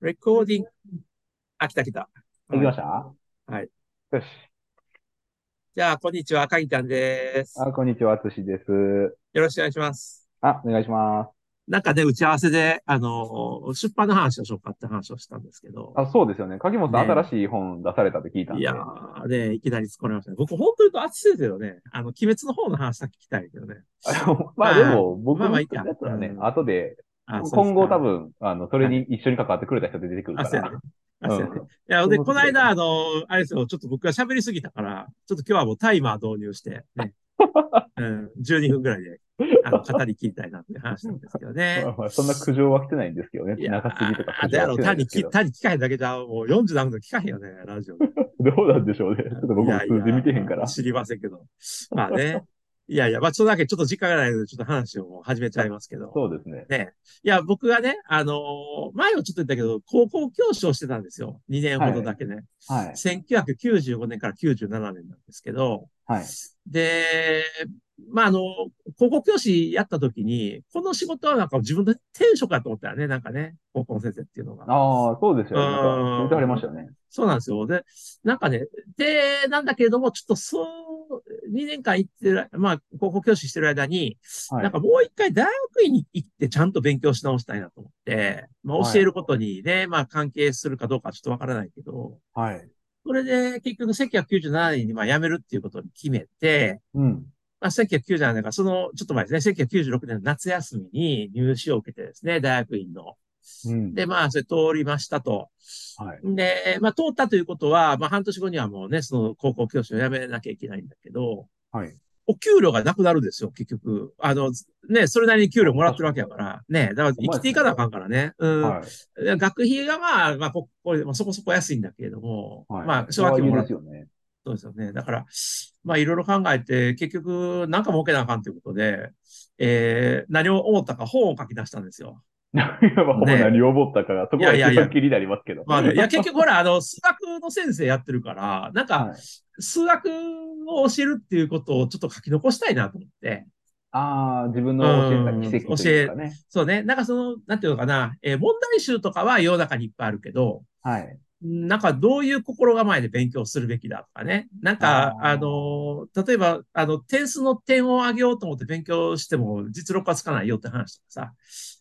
レコーディング。あ、来た来た。行きましたはい。よし。じゃあ、こんにちは、かぎたんです。あ、こんにちは、つしです。よろしくお願いします。あ、お願いします。なんかね、打ち合わせで、あの、出版の話をしようかって話をしたんですけど、あ、そうですよね。鍵本さん、ね新しい本出されたって聞いたんいで。やー、ね、いきなり突っ込まれましたね。僕、本当にあっち先生のね、あの、鬼滅の方の話さっき聞きたいけどね。まあ、でも、僕まあまあのいいかやつはねう、ん後で、あ今そうで後多。すか分、あの、それに一緒に関わってくれた人で出てくるかあ、そうやねら。。あ、そうやね。うんいや、で、そういうこことので間、あの、あれですよ、ちょっと僕が喋りすぎたから、ちょっと今日はもうタイマー導入して、 ね、うん、12分ぐらいで、あの、語り切りたいなって話なんですけどね まあ。まあそんな苦情は来てないんですけどね。いや長すぎとかあ、苦で情あはろ来う、てな単いんでにすけ聞、ど。単に聞かへんだけじゃ、もう40何分聞かへんよね、ラジオで。どうなんでしょうね。ちょっと僕いもやいや数字見てへんから。知りませんけど。まあね。いやいや、まあ、ちょっとだけちょっと時間がないので、ちょっと話をもう始めちゃいますけど。そうですね。いや、僕がね、あのー前はちょっと言ったけど、高校教師をしてたんですよ。2年ほどだけね。はい。 1995年から97年なんですけど、はい。で、まあ、あの、高校教師やった時に、この仕事はなんか自分で転職だと思ったよね、なんかね、高校の先生っていうのが。ああ、そうですよね。なんうんか、言ってはれましたよね。そうなんですよ。で、なんかね、で、なんだけれども、ちょっとそう、2年間行ってる、まあ、高校教師してる間に、はい。なんかもう一回大学院に行ってちゃんと勉強し直したいなと思って、まあ、はい教えることにね、まあ、関係するかどうかちょっとわからないけど、はい。それで、結局1997年にまあ辞めるっていうことに決めて、うん。まあ、1997年か、その、ちょっと前ですね、1996年の夏休みに入試を受けてですね、大学院の。うん。で、まあ、それ通りましたと。はい。で、まあ、通ったということは、まあ、半年後にはもうね、その高校教師を辞めなきゃいけないんだけど、はい。お給料がなくなるんですよ、結局。あの、ね、それなりに給料もらってるわけやから、ね、だから生きていかなあかんからね。うん。はい。学費がまあ、まあ、ここれ、まあ、そこそこ安いんだけれども、はい。まあ、奨学金もらっですよね。そうですよね。だから、まあいろいろ考えて、結局、なんか儲けなあかんということで、えー、何を思ったか本を書き出したんですよ。いや、まあ、ほぼね何を思ったかが、そこがいやいや一いや番気になりますけど。まあね、いや、結局ほら、あの、数学の先生やってるから、なんか、はい数学を教えるっていうことをちょっと書き残したいなと思って、ああ、自分の教えた奇跡というかね。そうね、なんかその、なんていうのかな、えー問題集とかは世の中にいっぱいあるけど、はい。なんかどういう心構えで勉強するべきだとかね。なんか、ああーの、例えば、あの、点数の点を上げようと思って勉強しても実力はつかないよって話とかさ。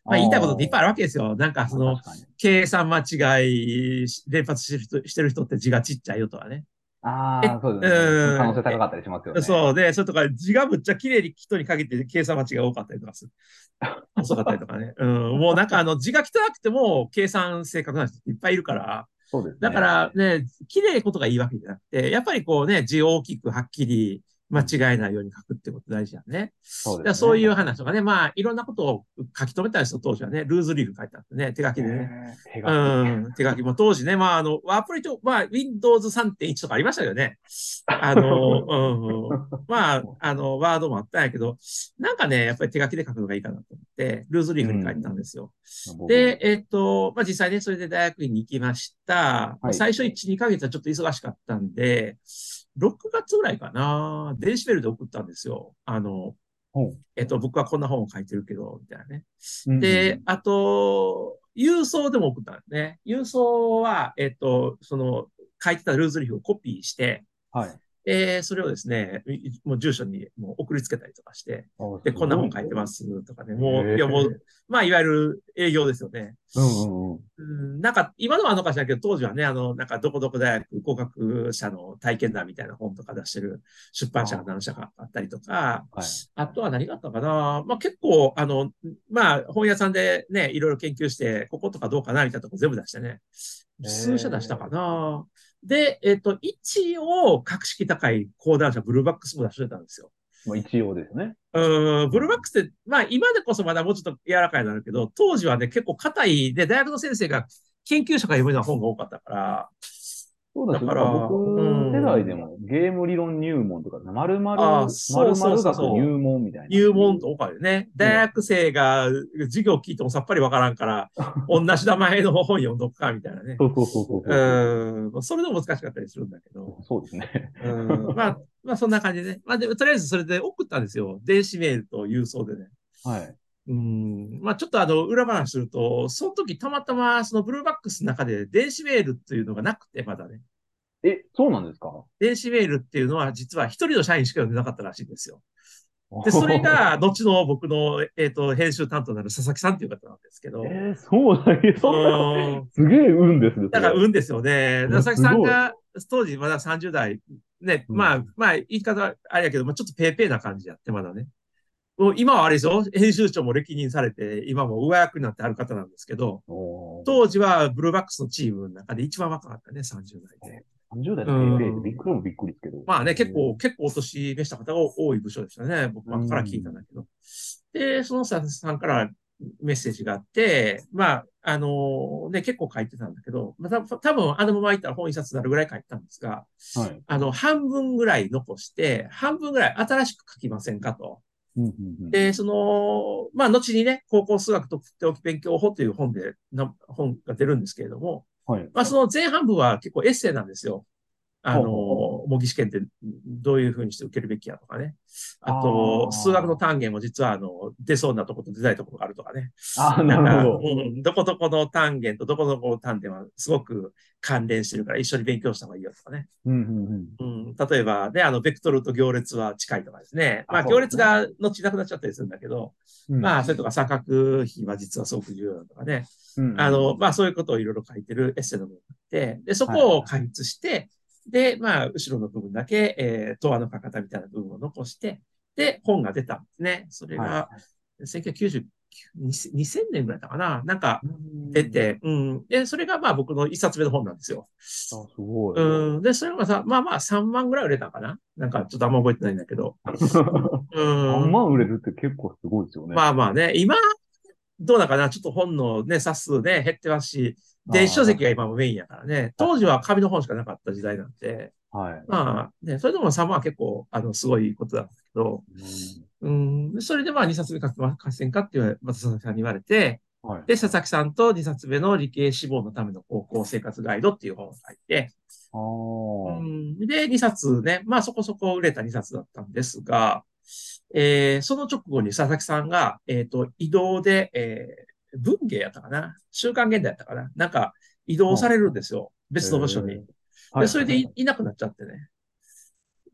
まああー言いたいことっていっぱいあるわけですよ。なんかその、確かに計算間違い、連発してる人してる人って字がちっちゃいよとかね。ああ、そうですうねん。可能性高かったりしますよね。そうで、それとか字がむっちゃ綺麗に人に限って計算間違いが多かったりとか する。遅かったりとかね。うん。もうなんかあの字が汚くても計算正確な人いっぱいいるから。そうですね。だから、ね、綺麗なことがいいわけじゃなくて、やっぱりこうね、字を大きくはっきり間違えないように書くってこと大事だね。そうだでからすねそういう話とかね、まあ、いろんなことを書き留めたんですよ、当時はね。ルーズリーフ書いてあってね、手書きでね。へー手うが。ん、手書きも当時ね、まあ、あの、アプリと、まあ、Windows 3.1とかありましたよね。あの、うん、まあ、あの、ワードもあったんやけど、なんかね、やっぱり手書きで書くのがいいかなと思って、ルーズリーフに書いてたんですよ。で、、えっと、まあ、実際ね、それで大学院に行きました。はい最初1、2ヶ月はちょっと忙しかったんで、6月ぐらいかな、電子メールで送ったんですよ。あの、ほえっと、僕はこんな本を書いてるけど、みたいなね。うで、、あと、郵送でも送ったんですね。郵送は、えっと、その、書いてたルーズリーフをコピーして、うんうんはい。えそれをですね、いもう住所にもう送りつけたりとかして、で、こんな本書いてますとかね、もへう、ーいやもう、まあ、いわゆる営業ですよね。すごい。うんうんうん。うんなんか、今のはあのかしらんけど、当時はね、あの、なんか、どこどこ大学合格者の体験談みたいな本とか出してる出版社が何社かあったりとか、はい。あとは何があったかなまあ結構、あの、まあ本屋さんでね、いろいろ研究して、こことかどうかなみたいなとこ全部出してね、へー数社出したかなで、えっと、一応、格式高い講談社、ブルーバックスも出してたんですよ。まあ一応ですね。うん、ブルーバックスって、まあ今でこそまだもうちょっと柔らかいなるけど、当時はね、結構硬い、で、大学の先生が研究者から読むような本が多かったから、そうだし、だなかんらか僕世代でもゲーム理論入門とか、まるまる、あーまそうるそうそう学そう入門みたいな。入門とかでね、大学生が授業聞いてもさっぱりわからんから、同じ名前の本読んどくか、みたいなね。そうそうそうそううそう。ーん、それでも難しかったりするんだけど。そうですね。うーん、まあ、まあそんな感じでね。まあでも、とりあえずそれで送ったんですよ。電子メールと郵送でね。はい。うん、まあちょっとあの、裏話すると、その時たまたまそのブルーバックスの中で電子メールっていうのがなくて、まだね。え、そうなんですか電子メールっていうのは実は一人の社員しか読んでなかったらしいんです よ。で、それ、が後の僕の、えっと、編集担当になる佐々木さんっていう方なんですけどえ、ー、そうなんや、そんなことうんすげえ運ですね。それだから運ですよね。うん佐々木さんが当時まだ30代、ね、うんまあ、まあ言い方はあれやけど、まあ、ちょっとペーペーな感じやって、まだね。もう今はあれでしょ編集長も歴任されて、今も上役になってある方なんですけど、おー当時はブルーバックスのチームの中で一番若かったね、30代で。 30代うんの PayPay ってびっくりもびっくりですけど。まあね、結構、結構お年召した方が多い部署でしたね。僕はから聞いたんだけど。で、そのさんからメッセージがあって、まあ、あのね、結構書いてたんだけど、まあ、た多分あのまま行ったら本印刷になるぐらい書いてたんですが、うん。はい。あの、半分ぐらい残して、半分ぐらい新しく書きませんかと。うんうんうんで、その、まあ、後にね、高校数学とっておき勉強法という本で、な本が出るんですけれども、はい。まあ、その前半部は結構エッセイなんですよ。あの、ほうほ模擬試験ってどういうふうにして受けるべきやとかね。ああと、ー数学の単元も実は、あの、出そうなとこと出ないところがあるとかね。あ、なん なか、る うほど。ん、どこどこの単元とどこどこの単元はすごく関連してるから一緒に勉強した方がいいよとかね。うんうんうん。うん、例えばね、あの、ベクトルと行列は近いとかですね。まあ、あそ行うで列すねが後なくなっちゃったりするんだけど、うんまあ、それとか三角比は実はすごく重要だとかね。うんあの、、まあ、そういうことをいろいろ書いてるエッセイの部分があって、で、そこを開発して、で、まあ、後ろの部分だけ、えー、答案の書き方みたいな部分を残して、で、本が出たんですね。それがは、 1990、2000 2000年ぐらいだったかななんか、うん出。て、うん。で、それがまあ僕の一冊目の本なんですよ。あ、すごい。 うん。で、それがさ、まあまあ3万ぐらい売れたかななんかちょっとあんま覚えてないんだけど。う3ん。万売れるって結構すごいですよね。まあまあね、今、どうだかな、ちょっと本のね、冊数ね、減ってますし、電子書籍が今もメインやからね、当時は紙の本しかなかった時代なんで、はい。まあね、それでも3万は結構、あの、すごいことなんだけど、うん、それでまあ2冊目書きませんかって言われ、また佐々木さんに言われて、はい。で、佐々木さんと2冊目の理系志望のための高校生活ガイドっていう本を書いて、あうーんで、2冊ね、まあそこそこ売れた2冊だったんですが、えーその直後に佐々木さんが、えっ、と、移動で、えー文芸やったかな週刊現代やったかななんか移動されるんですよ。別の場所へにー。はで、い。それでいいいなくなっちゃってね。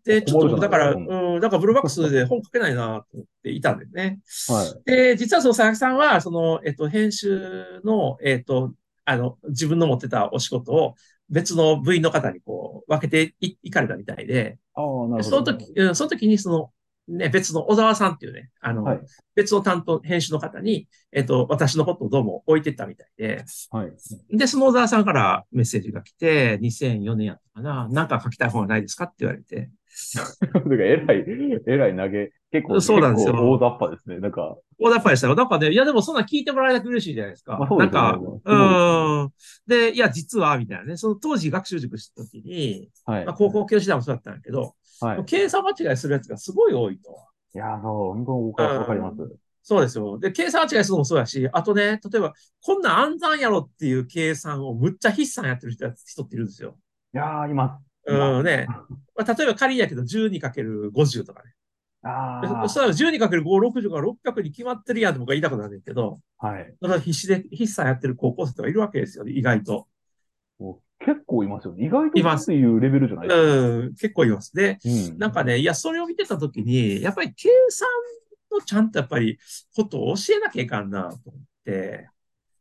で、ちょっと、困るじだゃかなら、いですかうん、だからブルーバックスで本書けないなと思っていたんでね。はい。で、実はその佐々木さんは、その、えっと、編集の、えっと、あの、自分の持ってたお仕事を別の部員の方にこう、分けていいかれたみたいで、ああ、なるほど。その時、うんその時にその、ね、別の小沢さんっていうね、あの、はい別の担当、編集の方に、えっと、私のことをどうも置いてったみたいで、はい。で、その小沢さんからメッセージが来て、2004年やったかな、なんか書きたい本はないですかって言われて、 だから、えらい、えらい投げ。結構、そうなんですよ結構大雑把ですね。なんか、大雑把でしたよ。なんかね、いやでもそんな聞いてもらえなくて嬉しいじゃないですか。まあそうなでんすよかね、うん。で、いや、実は、みたいなね。その当時学習塾した時に、はいまあ、。高校教師団もそうだったんだけど、はい。計算間違いするやつがすごい多いと。いや、そう、本当僕はわかります。そうですよ。で、計算間違いするのもそうだし、あとね、例えば、こんなん暗算やろっていう計算をむっちゃ筆算やってる人や人っているんですよ。いやー、いまうんね。まあ、例えば仮にやけど 12×50 とかね。す。あそしたら 12×5、60が600に決まってるやんって僕は言いたくなるんだけど、あ。はい。その必死で、必殺やってる高校生とかいるわけですよね、意外と。もう結構いますよね。意外いとまっすていうレベルじゃないですか。うん、結構います。で、うんなんかね、いや、それを見てたときに、やっぱり計算のちゃんとやっぱりことを教えなきゃいかんなと思って、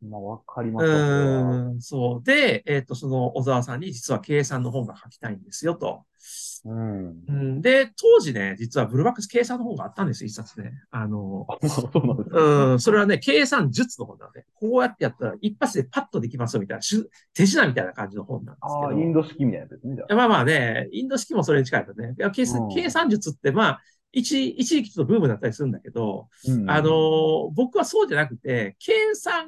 まあ、わかります。うん、そう。で、えっ、と、その小沢さんに実は計算の本が書きたいんですよと。それはうん。うん、で、当時ね、実はブルーバックス計算の本があったんですよ、一冊ね。あの、あ、そうなんですか。うん、それはね、計算術の本なんで、こうやってやったら一発でパッとできますよみたいな、しゅ手品みたいな感じの本なんですああ、けイど。ンド式みたいなやつですね。じゃあまあまあね、インド式もそれに近いとね。いや計算うん計算術って、まあ、一一時期ちょっとブームだったりするんだけど、うんあのー、僕はそうじゃなくて、計算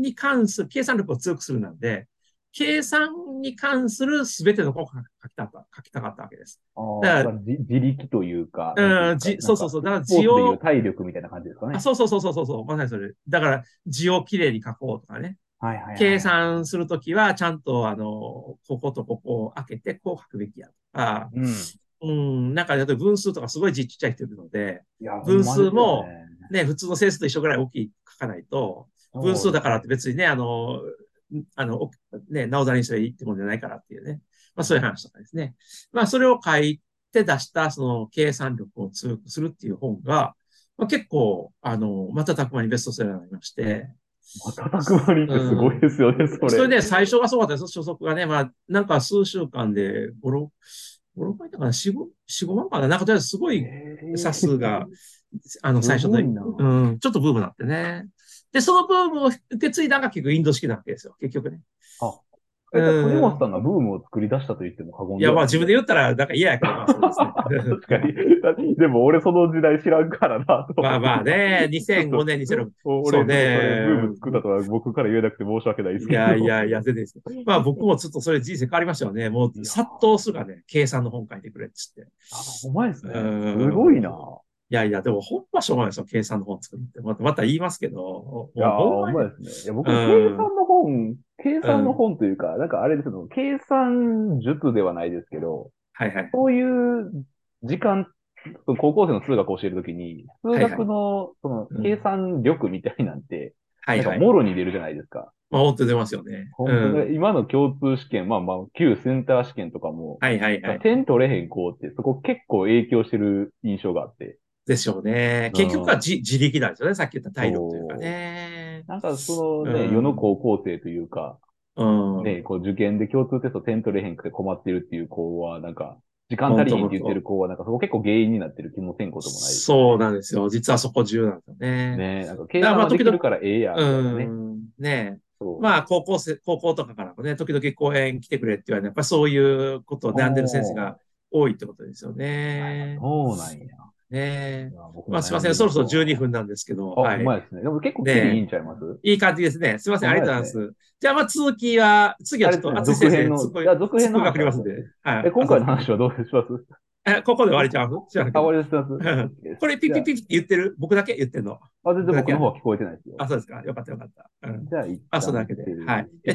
に関する、計算力を強くするなんで、計算に関する全てのことを書きたかった、書きたかったわけです。ああだからだからじ自力というか、。うん、じ、そうそうそうう。だからスポ字ーツでいうを、体力みたいな感じですかねあ。そうそうそうそうそうそう、まさにそれ。だから字をきれいに書こうとかね。はいはいはい。計算するときは、ちゃんと、あの、こことここを開けて、こう書くべきやとか、うん。いうん、なんか、例えば分数とかすごい字ちっちゃい人いるので、や分数もほんまですよねね、普通の整数と一緒ぐらい大きい書かないと、分数だからって別にね、あの、あの、おね、なおざりにしたらいいってもんじゃないからっていうね。まあそういう話とかですね。まあそれを書いて出したその計算力を強くするっていう本が、まあ、結構、あの、瞬く間にベストセラーになりまして、瞬く間にってすごいですよね、それ。それで最初がそうだったんですよ、初速がね。まあなんか数週間で5、6、5、6枚だから4、5、4、5万かな。なんかとりあえずすごいへー差数が。あの、最初の、すごいなうん、ちょっとブームになってね。で、そのブームを受け継いだのが結局インド式なわけですよ、結局ね。え、じゃあ国本さんがブームを作り出したと言っても過言いでや、はまあない自分で言ったら、なんか嫌やけど、まあそうですね。 確かに。でも俺その時代知らんからな、と。まあまあね、2005年、2006そ俺うねそれブーム作ったとは僕から言えなくて申し訳ないですいけど。やいやいや、全然です。まあ僕もちょっとそれ人生変わりましたよね。もう殺到するがね、計算の本書いてくれって言って。あ。お前ですね。うんすごいな。いやいや、でも本場しょうがないですよ、計算の本作るって。またまた言いますけど。もいうや、ほんおまに前ですね。いや、僕、計うん算の本、計算の本というか、なんかあれですけど、計算術ではないですけど、はいはい。そういう時間、高校生の数学を教えるときに、数いはい学の、そのうん、計算力みたいなんて、はいなんはか、い。もろに出るじゃないですか。まあ本当に出ますよね。う本当ん。に今の共通試験、まあまあ、旧センター試験とかも、はいはいはい。点取れへん子って、そこ結構影響してる印象があって、でしょうね。結局は自自力なんですよね。さっき言った体力というかね。なんかそうのね、ん世の高校生というか、うん。ね、こう受験で共通テスト点取れへんくて困ってるっていう子は、なんか、時間足りへんって言ってる子は、なんかそこ結構原因になってる気もせんこともないですそうなんですよ。実はそこ重要なんですよね。ね。なんか計算はできるからええやんみうたいなね。ん。ねそうまあ、高校生、高校とかからもね、時々公演来てくれって言われて、やっぱりそういうことを悩んでる先生が多いってことですよね。そうなんや。いねや僕もまあ、すいません。そろそろ12分なんですけど。あ、はうい。まいですね。でも結構きりいいんちゃいますいい感じですね。すいません。ありがとうございます。じゃあ、まあ、続きは、次はちょっと、あれ厚で井すね先生、続突っ編のいや続込編みのがくりますんで。はい。え、今回の話はどうしますえ、ここで終わりちゃうじゃあ、あ終わりです。終わりで すこれピッピッピッピッって言ってる僕だけ言ってんの。あ、全然僕の方は聞こえてないですよ。あ、そうですか。よかったよかった。うん。じゃあ、一旦あ、そうだけで。はい。いや